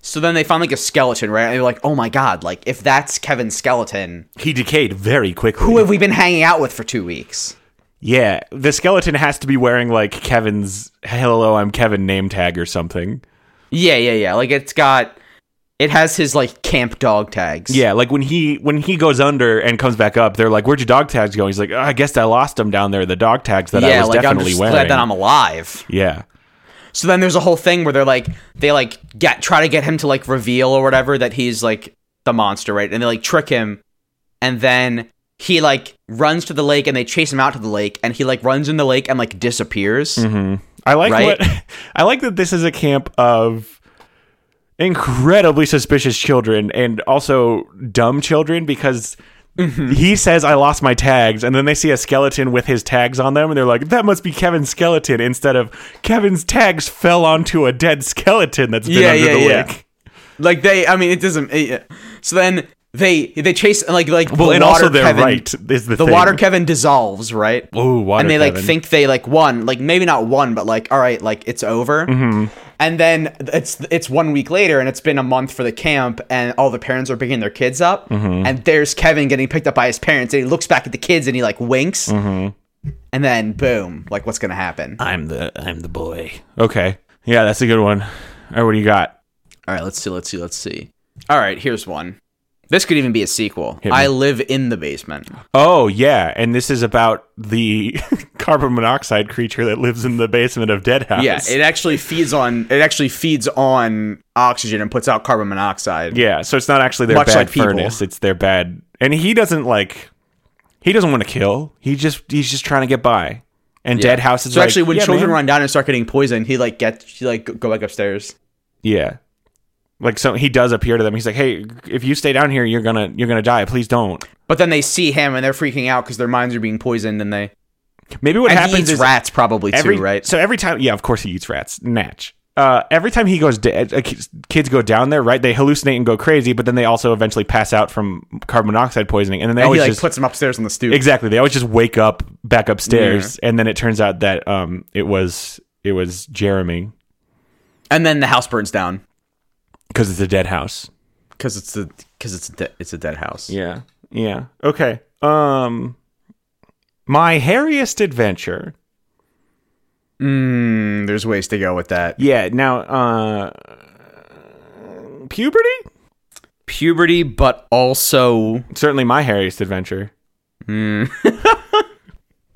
Speaker 2: So then they find like a skeleton, right? And they're like, "Oh my god, like if that's Kevin's skeleton,
Speaker 1: He decayed very quickly.
Speaker 2: who have we been hanging out with for 2 weeks?"
Speaker 1: yeah, the skeleton has to be wearing like Kevin's "Hello, I'm Kevin" name tag or something.
Speaker 2: Yeah, yeah, yeah. Like it's got it has his like camp dog tags.
Speaker 1: Yeah, like when he when he goes under and comes back up, they're like, "Where'd your dog tags go?" He's like, "Oh, "I guess I lost them down there. The dog tags that I
Speaker 2: yeah,
Speaker 1: was
Speaker 2: like I'm
Speaker 1: definitely
Speaker 2: just
Speaker 1: wearing."
Speaker 2: glad that I'm alive.
Speaker 1: yeah,
Speaker 2: So then there's a whole thing where they're like they like get try to get him to like reveal or whatever that he's like the monster, right? And they like trick him and then he like runs to the lake and they chase him out to the lake and he like runs in the lake and like disappears.
Speaker 1: Hmm. Mm-hmm. I like
Speaker 2: Right?
Speaker 1: what I like that this is a camp of incredibly suspicious children and also dumb children because
Speaker 2: Mm-hmm.
Speaker 1: he says I lost my tags and then they see a skeleton with his tags on them and they're like that must be Kevin's skeleton instead of Kevin's tags fell onto a dead skeleton that's been
Speaker 2: Yeah,
Speaker 1: under
Speaker 2: yeah,
Speaker 1: the
Speaker 2: yeah.
Speaker 1: lake.
Speaker 2: Like they I mean it doesn't it, so then they they chase like like
Speaker 1: Well,
Speaker 2: the
Speaker 1: and
Speaker 2: water
Speaker 1: also they're
Speaker 2: Kevin,
Speaker 1: right is the,
Speaker 2: The
Speaker 1: thing.
Speaker 2: water Kevin dissolves, right?
Speaker 1: Ooh, water
Speaker 2: and they like
Speaker 1: Kevin.
Speaker 2: think they like won, like maybe not won, but like all right, like it's over. And then it's it's one week later, and it's been a month for the camp, and all the parents are picking their kids up, and there's Kevin getting picked up by his parents, and he looks back at the kids and he like winks, and then boom, like what's gonna happen?
Speaker 3: I'm the I'm the boy.
Speaker 1: okay yeah that's a good one all right what do you got
Speaker 2: All right, let's see, let's see, let's see. All right, here's one. This could even be a sequel.
Speaker 1: me.
Speaker 2: I live in the basement.
Speaker 1: oh yeah and this is about the carbon monoxide creature that lives in the basement of Deadhouse
Speaker 2: Yeah, it actually feeds on it actually feeds on oxygen and puts out carbon monoxide.
Speaker 1: Yeah, so it's not actually their
Speaker 2: Much
Speaker 1: bad
Speaker 2: like people.
Speaker 1: furnace; it's their bad. And he doesn't like. He doesn't want to kill. He just he's just trying to get by. And Dead House is
Speaker 2: So
Speaker 1: like,
Speaker 2: actually, when
Speaker 1: "Yeah,
Speaker 2: children
Speaker 1: man."
Speaker 2: run down and start getting poisoned, he like gets he like go- go back upstairs.
Speaker 1: yeah, like so he does appear to them. He's like, "Hey, if you stay down here, you're gonna you're gonna die. Please don't."
Speaker 2: But then they see him and they're freaking out because their minds are being poisoned, and they
Speaker 1: Maybe what
Speaker 2: and he
Speaker 1: happens
Speaker 2: eats
Speaker 1: is
Speaker 2: rats probably
Speaker 1: every
Speaker 2: too, right?
Speaker 1: So every time, yeah, of course he eats rats. Natch. Uh, every time he goes, dead, uh, kids- kids go down there, right? They hallucinate and go crazy, but then they also eventually pass out from carbon monoxide poisoning, and then they
Speaker 2: And
Speaker 1: always
Speaker 2: he like
Speaker 1: just
Speaker 2: puts him upstairs on the stoop.
Speaker 1: Exactly. They always just wake up back upstairs, and then it turns out that um, it was it was Jeremy
Speaker 2: and then the house burns down
Speaker 1: because it's a dead house.
Speaker 2: because it's the because it's a de- it's a dead house.
Speaker 1: Yeah. Yeah. Okay. Um, my hairiest adventure.
Speaker 2: Mm, there's ways to go with that.
Speaker 1: Yeah. Now, uh, puberty.
Speaker 2: Puberty, but also
Speaker 1: Certainly, my hairiest adventure.
Speaker 2: all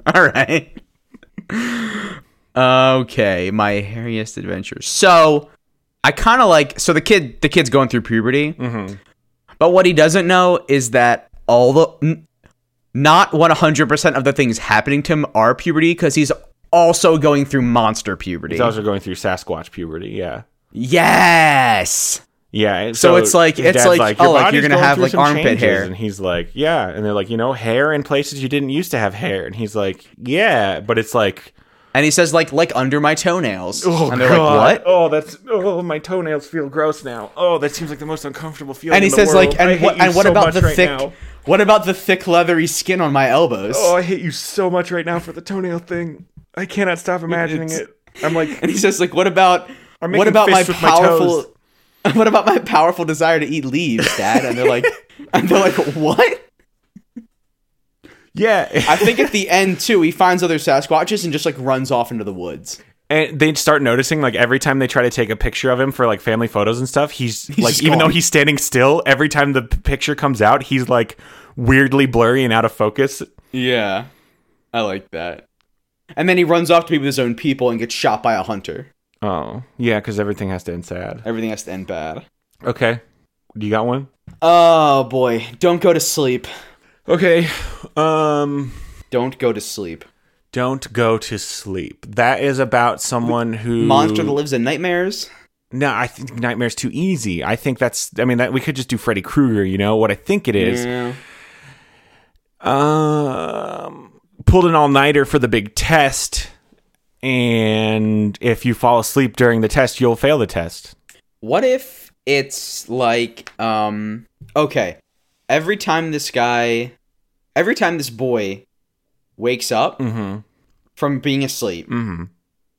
Speaker 2: right. okay, my hairiest adventure. So I kind of like so the kid the kid's going through puberty. But what he doesn't know is that all the n- not 100% of the things happening to him are puberty cuz he's also going through monster puberty.
Speaker 1: He's also going through Sasquatch puberty. Yeah.
Speaker 2: yes.
Speaker 1: Yeah. and
Speaker 2: So it's like-
Speaker 1: his
Speaker 2: it's
Speaker 1: dad's
Speaker 2: like, oh, like,
Speaker 1: body's
Speaker 2: you're gonna
Speaker 1: going
Speaker 2: have,
Speaker 1: through
Speaker 2: like,
Speaker 1: some
Speaker 2: armpit
Speaker 1: changes,"
Speaker 2: hair.
Speaker 1: and he's like, yeah, and they're like, you know, hair in places you didn't used to have hair, and he's like, yeah, but it's like
Speaker 2: And he says like like under my toenails. and they're like what?
Speaker 1: Oh, that's oh, my toenails feel gross now. Oh, that seems like the most uncomfortable feeling.
Speaker 2: And he
Speaker 1: in the
Speaker 2: says
Speaker 1: world.
Speaker 2: like
Speaker 1: I
Speaker 2: and
Speaker 1: hate
Speaker 2: what
Speaker 1: you
Speaker 2: and what
Speaker 1: so
Speaker 2: about
Speaker 1: much
Speaker 2: the
Speaker 1: right
Speaker 2: thick
Speaker 1: now.
Speaker 2: what about the thick leathery skin on my elbows?
Speaker 1: Oh, I hate you so much right now for the toenail thing. I cannot stop imagining
Speaker 2: It's-
Speaker 1: it. I'm like,
Speaker 2: And he says like what about
Speaker 1: I'm
Speaker 2: what
Speaker 1: making
Speaker 2: about my
Speaker 1: fists with my
Speaker 2: powerful
Speaker 1: toes.
Speaker 2: what about my powerful desire to eat leaves, dad? And they're like and they're like what? I
Speaker 1: yeah.
Speaker 2: think at the end too, he finds other Sasquatches and just like runs off into the woods.
Speaker 1: And they start noticing like every time they try to take a picture of him for like family photos and stuff, he's, like
Speaker 2: just
Speaker 1: even though
Speaker 2: gone.
Speaker 1: he's standing still, every time the p- picture comes out, he's like weirdly blurry and out of focus.
Speaker 2: Yeah, I like that. And then he runs off to be with his own people and gets shot by a hunter.
Speaker 1: Oh, yeah, because everything has to end sad.
Speaker 2: Everything has to end bad.
Speaker 1: Okay. You got one?
Speaker 2: Oh boy, don't go to sleep.
Speaker 1: Okay. Um
Speaker 2: Don't go to sleep.
Speaker 1: don't go to sleep. That is about someone who
Speaker 2: Monster that lives in nightmares.
Speaker 1: No, I think nightmare's too easy. I think that's I mean that we could just do Freddy Krueger, you know, what I think it is.
Speaker 2: Yeah.
Speaker 1: Um pulled an all-nighter for the big test and if you fall asleep during the test, you'll fail the test.
Speaker 2: What if it's like um okay, every time this guy, every time this boy wakes up
Speaker 1: Mhm.
Speaker 2: from being asleep,
Speaker 1: Mhm.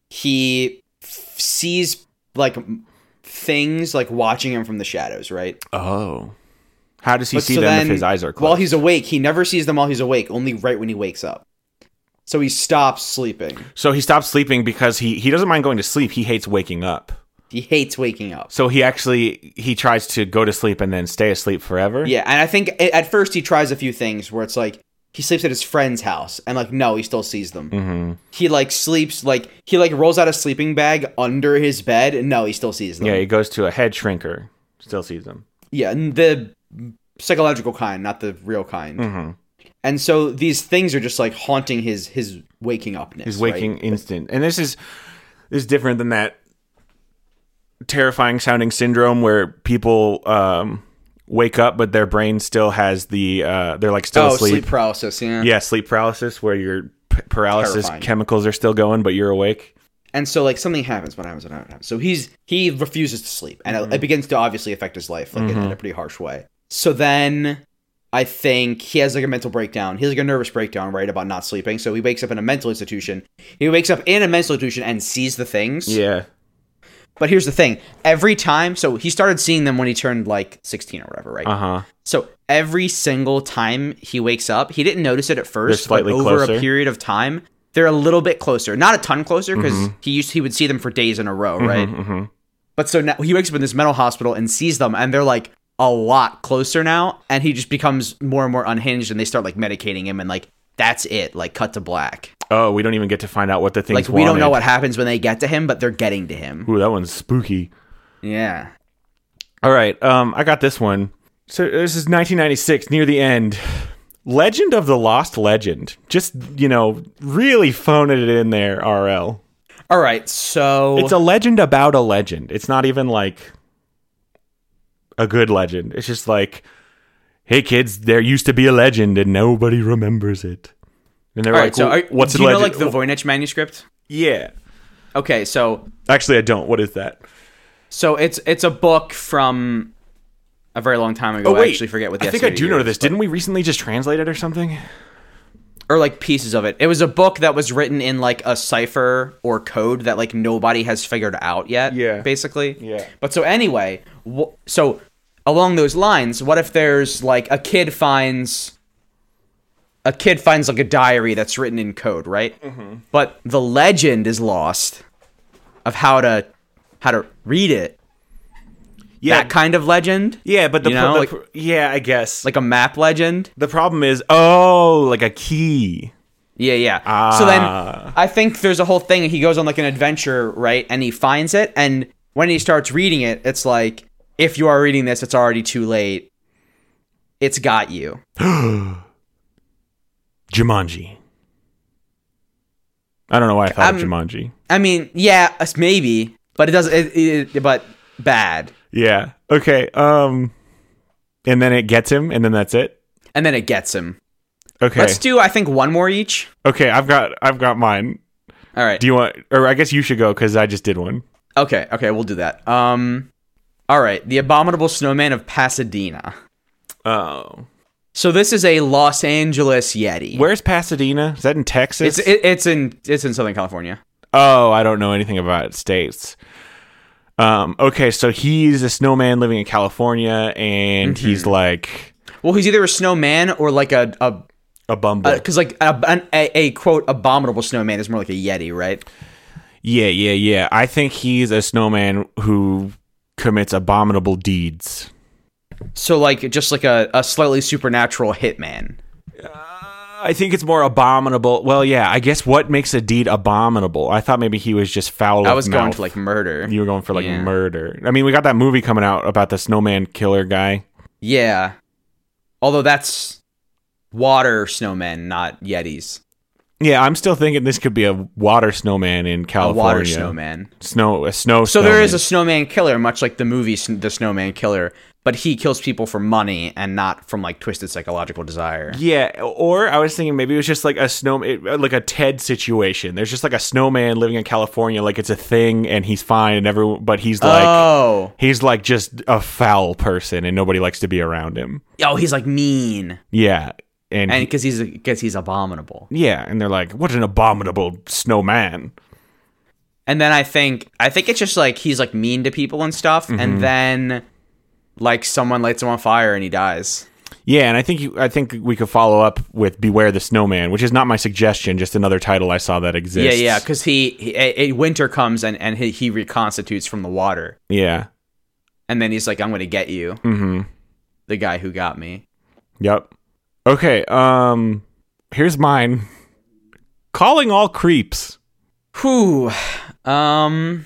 Speaker 2: he f- sees like m- things like watching him from the shadows, right?
Speaker 1: Oh. How does he
Speaker 2: But
Speaker 1: see
Speaker 2: so
Speaker 1: them
Speaker 2: then,
Speaker 1: if his eyes are closed?
Speaker 2: While he's awake, he never sees them while he's awake, only right when he wakes up. So he stops sleeping.
Speaker 1: so he stops sleeping because he he doesn't mind going to sleep. He hates waking up.
Speaker 2: He hates waking up.
Speaker 1: So he actually he tries to go to sleep and then stay asleep forever.
Speaker 2: Yeah, and I think a- at first he tries a few things where it's like he sleeps at his friend's house and like no, he still sees them.
Speaker 1: Mhm.
Speaker 2: He like sleeps like he like rolls out a sleeping bag under his bed and no, he still sees them.
Speaker 1: Yeah, he goes to a head shrinker. Still sees them.
Speaker 2: Yeah, and the psychological kind, not the real kind. And so these things are just like haunting his his waking upness.
Speaker 1: He's
Speaker 2: right?
Speaker 1: waking instant. And this is this is different than that terrifying sounding syndrome where people um wake up but their brain still has the uh they're like still
Speaker 2: Oh,
Speaker 1: asleep.
Speaker 2: sleep paralysis. Yeah.
Speaker 1: yeah, sleep paralysis where your p- paralysis
Speaker 2: Terrifying.
Speaker 1: chemicals are still going but you're awake.
Speaker 2: And so like something happens, what happens, what happens. So he's he refuses to sleep, and it, it begins to obviously affect his life, like in- in, a pretty harsh way. So then I think he has like a mental breakdown. He has like a nervous breakdown, right, about not sleeping. So he wakes up in a mental institution. He wakes up in a mental institution and sees the things.
Speaker 1: Yeah.
Speaker 2: But here's the thing: every time, so he started seeing them when he turned like 16 or whatever, right?
Speaker 1: Uh-huh.
Speaker 2: So every single time he wakes up, he didn't notice it at first, but
Speaker 1: slightly
Speaker 2: over a
Speaker 1: closer.
Speaker 2: period of time, they're a little bit closer. Not a ton closer because
Speaker 1: Mm-hmm.
Speaker 2: he used he would see them for days in a row, right?
Speaker 1: mhm.
Speaker 2: But so now he wakes up in this mental hospital and sees them, and they're like a lot closer now, and he just becomes more and more unhinged, and they start like medicating him, and like that's it, like cut to black.
Speaker 1: Oh, we don't even get to find out what the things
Speaker 2: Like we don't know
Speaker 1: wanted.
Speaker 2: what happens when they get to him, but they're getting to him.
Speaker 1: Ooh, that one's spooky.
Speaker 2: Yeah.
Speaker 1: All right, um, I got this one. So this is 1996, near the end. Legend of the Lost Legend. Just you know, really phoning it in there, RL.
Speaker 2: All right, so
Speaker 1: It's a legend about a legend. It's not even like a good legend. It's just like, hey kids, there used to be a legend and nobody remembers it. And they're
Speaker 2: all right.
Speaker 1: like,
Speaker 2: so
Speaker 1: "Well,
Speaker 2: are,
Speaker 1: what's
Speaker 2: do
Speaker 1: a
Speaker 2: you
Speaker 1: legend?
Speaker 2: know like the Voynich manuscript?
Speaker 1: yeah.
Speaker 2: Okay, so
Speaker 1: Actually, I don't. What is that?
Speaker 2: So it's it's a book from a very long time ago. Oh, I actually forget what the
Speaker 1: Oh, I think I
Speaker 2: estimated
Speaker 1: do
Speaker 2: year
Speaker 1: know
Speaker 2: is,
Speaker 1: this. Didn't we recently just translate it or something?
Speaker 2: or like pieces of it. It was a book that was written in like a cipher or code that like nobody has figured out yet.
Speaker 1: Yeah.
Speaker 2: basically.
Speaker 1: Yeah.
Speaker 2: But so anyway, wh- so along those lines, what if there's like a kid finds a kid finds like a diary that's written in code, right? Mm-hmm. But the legend is lost of how to how to read it.
Speaker 1: Yeah,
Speaker 2: That kind of legend.
Speaker 1: Yeah, but the,
Speaker 2: You
Speaker 1: pro-
Speaker 2: know,
Speaker 1: the
Speaker 2: like-
Speaker 1: pro- yeah, I guess. Like
Speaker 2: Like a map legend.
Speaker 1: the problem is, oh, like a key.
Speaker 2: Yeah, yeah.
Speaker 1: Ah.
Speaker 2: So then I think there's a whole thing. He goes on like an adventure, right? And he finds it. And when he starts reading it, it's like, if you are reading this, it's already too late. It's got you.
Speaker 1: Jumanji. I don't know why I thought of
Speaker 2: Um,
Speaker 1: Jumanji.
Speaker 2: I mean, yeah, us- maybe, but it doesn't, it, it, but bad.
Speaker 1: Yeah. Okay. Um, and then it gets him, and then that's it.
Speaker 2: And then it gets him.
Speaker 1: Okay.
Speaker 2: Let's do, I think, one more each.
Speaker 1: okay. I've got I've got mine.
Speaker 2: All right.
Speaker 1: Do you want, or I guess you should go because I just did one.
Speaker 2: Okay, okay, we'll do that. Um All right, The Abominable Snowman of Pasadena.
Speaker 1: Oh,
Speaker 2: So this is a Los Angeles Yeti.
Speaker 1: where's Pasadena? Is that in Texas?
Speaker 2: It's it, it's in it's in Southern California.
Speaker 1: oh, I don't know anything about states. Um, okay, so he's a snowman living in California, and
Speaker 2: Mm-hmm.
Speaker 1: he's like
Speaker 2: Well, he's either a snowman or like a a
Speaker 1: a bumble.
Speaker 2: because like a, an, a a quote abominable snowman is more like a yeti, right?
Speaker 1: yeah, yeah, yeah. I think he's a snowman who commits abominable deeds.
Speaker 2: So like just like a, a slightly supernatural hitman.
Speaker 1: I think it's more abominable. Well, yeah, I guess what makes a deed abominable? I thought maybe he was just foul.
Speaker 2: I
Speaker 1: of
Speaker 2: was going
Speaker 1: mouth.
Speaker 2: to like murder.
Speaker 1: you were going for like
Speaker 2: Yeah.
Speaker 1: murder. I mean, we got that movie coming out about the snowman killer guy.
Speaker 2: yeah. Although that's water snowmen, not yetis.
Speaker 1: Yeah, I'm still thinking this could be a water snowman in
Speaker 2: A
Speaker 1: California.
Speaker 2: water snowman.
Speaker 1: Snow, a snow.
Speaker 2: So there is a snowman killer, much like the movie Sn- The Snowman Killer, but he kills people for money and not from like twisted psychological desire.
Speaker 1: Yeah, or I was thinking maybe it was just like a snow, it- like a Ted situation. There's just like a snowman living in California, like it's a thing, and he's fine, and everyone, but he's like,
Speaker 2: oh,
Speaker 1: he's like just a foul person, and nobody likes to be around him.
Speaker 2: oh, he's like mean,
Speaker 1: Yeah, and,
Speaker 2: and because he's because he's abominable.
Speaker 1: yeah, and they're like, what an abominable snowman.
Speaker 2: And then I think I think it's just like he's like mean to people and stuff, and then like someone lights him on fire and he dies.
Speaker 1: Yeah, and I think you, I think we could follow up with "Beware the Snowman," which is not my suggestion, just another title I saw that exists.
Speaker 2: Yeah, yeah, because he, he a, a winter comes and and he, he reconstitutes from the water,
Speaker 1: yeah.
Speaker 2: and then he's like, "I'm gonna get you,
Speaker 1: Mm-hmm.
Speaker 2: the guy who got me."
Speaker 1: Yep. Okay. Um. Here's mine. Calling all creeps,
Speaker 2: Whew. Um.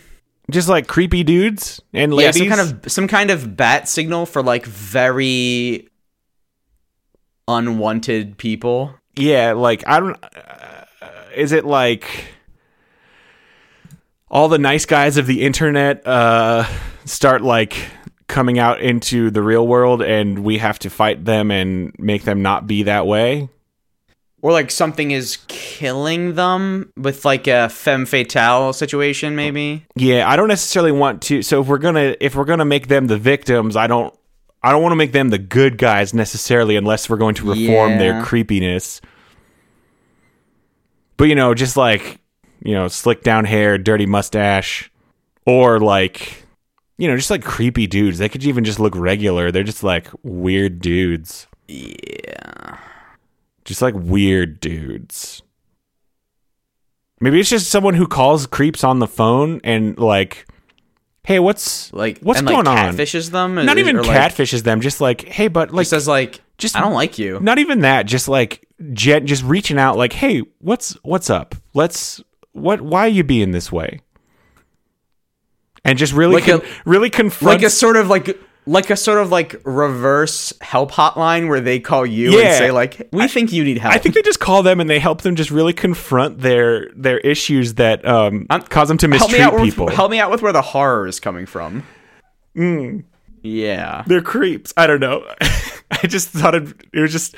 Speaker 1: just like creepy dudes and
Speaker 2: Yeah,
Speaker 1: ladies.
Speaker 2: some kind of some kind of bat signal for like very unwanted people.
Speaker 1: yeah. Like I don't. Uh, is it like all the nice guys of the internet uh start like coming out into the real world, and we have to fight them and make them not be that way?
Speaker 2: Or like something is killing them with like a femme fatale situation, maybe.
Speaker 1: Yeah, I don't necessarily want to. So if we're gonna if we're gonna make them the victims, I don't I don't want to make them the good guys necessarily, unless we're going to reform their
Speaker 2: Yeah.
Speaker 1: creepiness. But you know, just like you know, slick down hair, dirty mustache, or like you know, just like creepy dudes. They could even just look regular. They're just like weird dudes. Yeah. Just like weird dudes. Maybe it's just someone who calls creeps on the phone and like, hey, what's
Speaker 2: Like
Speaker 1: what's
Speaker 2: and,
Speaker 1: going
Speaker 2: like,
Speaker 1: on?
Speaker 2: Catfishes them.
Speaker 1: Not
Speaker 2: or-
Speaker 1: even
Speaker 2: or, Like,
Speaker 1: catfishes them. Just like, hey, but like,
Speaker 2: says like,
Speaker 1: just-
Speaker 2: just I don't like you.
Speaker 1: not even that. Just like, gen- just reaching out, like, hey, what's what's up? Let's what? Why are you being this way? And just really,
Speaker 2: Like
Speaker 1: con-
Speaker 2: a-
Speaker 1: really
Speaker 2: Like
Speaker 1: confront.
Speaker 2: a sort of like like a sort of like reverse help hotline where they call you and
Speaker 1: Yeah.
Speaker 2: say like, we think you need help.
Speaker 1: I think they just call them and they help them just really confront their their issues that um,
Speaker 2: I'm-
Speaker 1: cause them to
Speaker 2: help
Speaker 1: mistreat
Speaker 2: me out. with-
Speaker 1: people.
Speaker 2: help me out with where the horror is coming from.
Speaker 1: Mm.
Speaker 2: Yeah.
Speaker 1: They're creeps. I don't know. I just thought it, it was just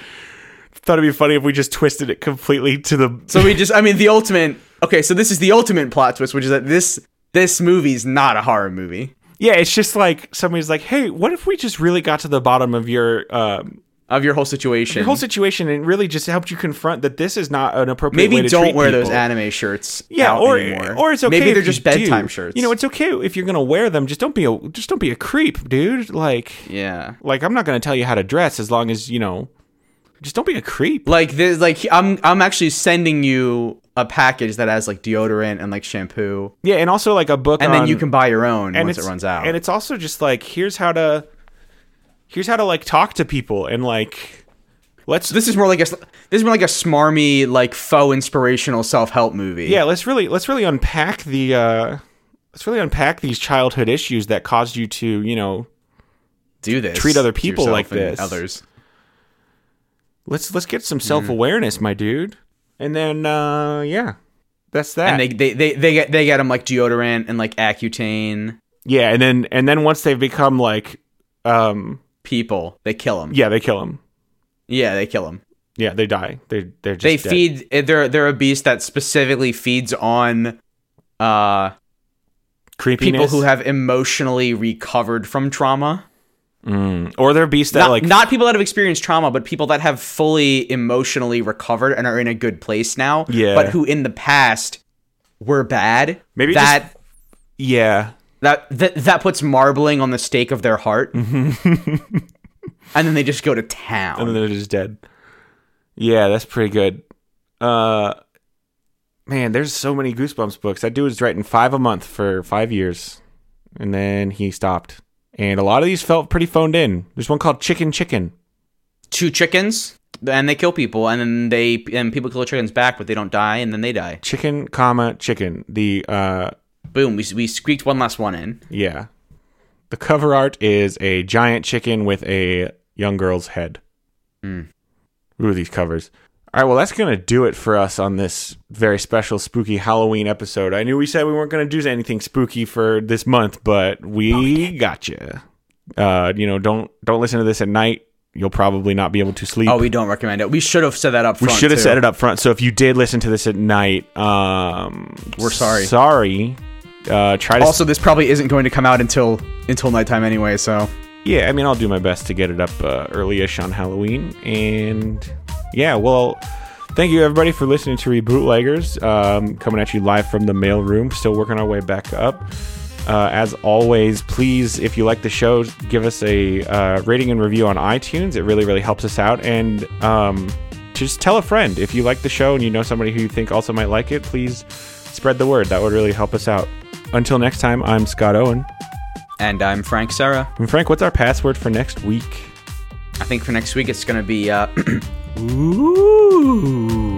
Speaker 1: thought it'd be funny if we just twisted it completely to the.
Speaker 2: So we just, I mean, the ultimate. Okay, so this is the ultimate plot twist, which is that this this movie's not a horror movie.
Speaker 1: yeah, it's just like somebody's like, "Hey, what if we just really got to the bottom of your um,
Speaker 2: Of your whole situation,
Speaker 1: your whole situation and really just helped you confront that this is not an appropriate way
Speaker 2: maybe
Speaker 1: to
Speaker 2: don't
Speaker 1: treat
Speaker 2: wear those
Speaker 1: people."
Speaker 2: anime shirts.
Speaker 1: Yeah,
Speaker 2: out
Speaker 1: or
Speaker 2: anymore.
Speaker 1: or it's okay.
Speaker 2: Maybe
Speaker 1: if
Speaker 2: they're
Speaker 1: you
Speaker 2: just bedtime
Speaker 1: do.
Speaker 2: shirts.
Speaker 1: You know, it's okay if you're gonna wear them. Just don't be a just don't be a creep, dude. Like,
Speaker 2: yeah.
Speaker 1: like I'm not gonna tell you how to dress as long as you know. Just don't be a creep.
Speaker 2: Like this, like I'm I'm actually sending you a package that has like deodorant and like shampoo,
Speaker 1: Yeah, and also like a book,
Speaker 2: and then
Speaker 1: on-
Speaker 2: you can buy your own
Speaker 1: Um, and
Speaker 2: once it
Speaker 1: it's-
Speaker 2: runs out.
Speaker 1: And it's also just like here's how to here's how to like talk to people and like let's
Speaker 2: this is more like a s- this is more like a smarmy like faux inspirational self help movie.
Speaker 1: yeah let's really let's really unpack the uh let's really unpack these childhood issues that caused you to you know
Speaker 2: do this.
Speaker 1: Treat other
Speaker 2: to
Speaker 1: people
Speaker 2: yourself
Speaker 1: like
Speaker 2: and
Speaker 1: this.
Speaker 2: Others.
Speaker 1: let's let's get
Speaker 2: Mm-hmm.
Speaker 1: some self awareness, my dude. And then uh yeah, that's that.
Speaker 2: and they they they they get they get them like deodorant and like Accutane
Speaker 1: yeah, and then and then once they've become like um
Speaker 2: people. They kill them.
Speaker 1: yeah they kill him.
Speaker 2: Yeah, they kill them.
Speaker 1: Yeah, they die. They they're just
Speaker 2: they
Speaker 1: dead.
Speaker 2: feed eh, they're they're a beast that specifically feeds on uh
Speaker 1: creepiness.
Speaker 2: people who have emotionally recovered from trauma.
Speaker 1: Mm. or they're beasts that
Speaker 2: Not,
Speaker 1: like
Speaker 2: not people that have experienced trauma, but people that have fully emotionally recovered and are in a good place now.
Speaker 1: Yeah.
Speaker 2: But who in the past were bad.
Speaker 1: Maybe just-
Speaker 2: that
Speaker 1: yeah.
Speaker 2: that that that puts marbling on the stake of their heart, and then they just go to town.
Speaker 1: Mm-hmm. and then they're just dead. Yeah, that's pretty good. Uh, man, there's so many Goosebumps books. That dude was writing five a month for five years, and then he stopped. And a lot of these felt pretty phoned in. There's one called Chicken Chicken.
Speaker 2: Two chickens, and they kill people, and then they and people kill the chickens back, but they don't die, and then they die.
Speaker 1: Chicken, comma chicken. The uh,
Speaker 2: Boom! We we squeaked one last one in.
Speaker 1: yeah, the cover art is a giant chicken with a young girl's head.
Speaker 2: Hmm.
Speaker 1: Ooh, these covers. All right, well, that's going to do it for us on this very special spooky Halloween episode. I knew we said we weren't going to do anything spooky for this month, but
Speaker 2: Oh,
Speaker 1: we gotcha. Uh, you know, don't don't listen to this at night. You'll probably not be able to sleep.
Speaker 2: Oh, we don't recommend it. We should have said that up
Speaker 1: we
Speaker 2: front.
Speaker 1: should have
Speaker 2: too.
Speaker 1: said it up front. So if you did listen to this at night, um,
Speaker 2: We're sorry.
Speaker 1: Sorry. Uh, try to
Speaker 2: Also, this probably isn't going to come out until until nighttime anyway. So
Speaker 1: yeah, I mean, I'll do my best to get it up uh, early-ish on Halloween, and yeah, well, thank you everybody for listening to Rebootleggers, um, coming at you live from the mail room. Still working our way back up. Uh, as always, please, if you like the show, give us a uh, rating and review on iTunes. It really, really helps us out. And um, just tell a friend if you like the show and you know somebody who you think also might like it. Please spread the word. That would really help us out. Until next time, I'm Scott Owen.
Speaker 2: and I'm Frank Sarah.
Speaker 1: And Frank, what's our password for next week?
Speaker 2: I think for next week it's gonna be uh,
Speaker 1: Ooh.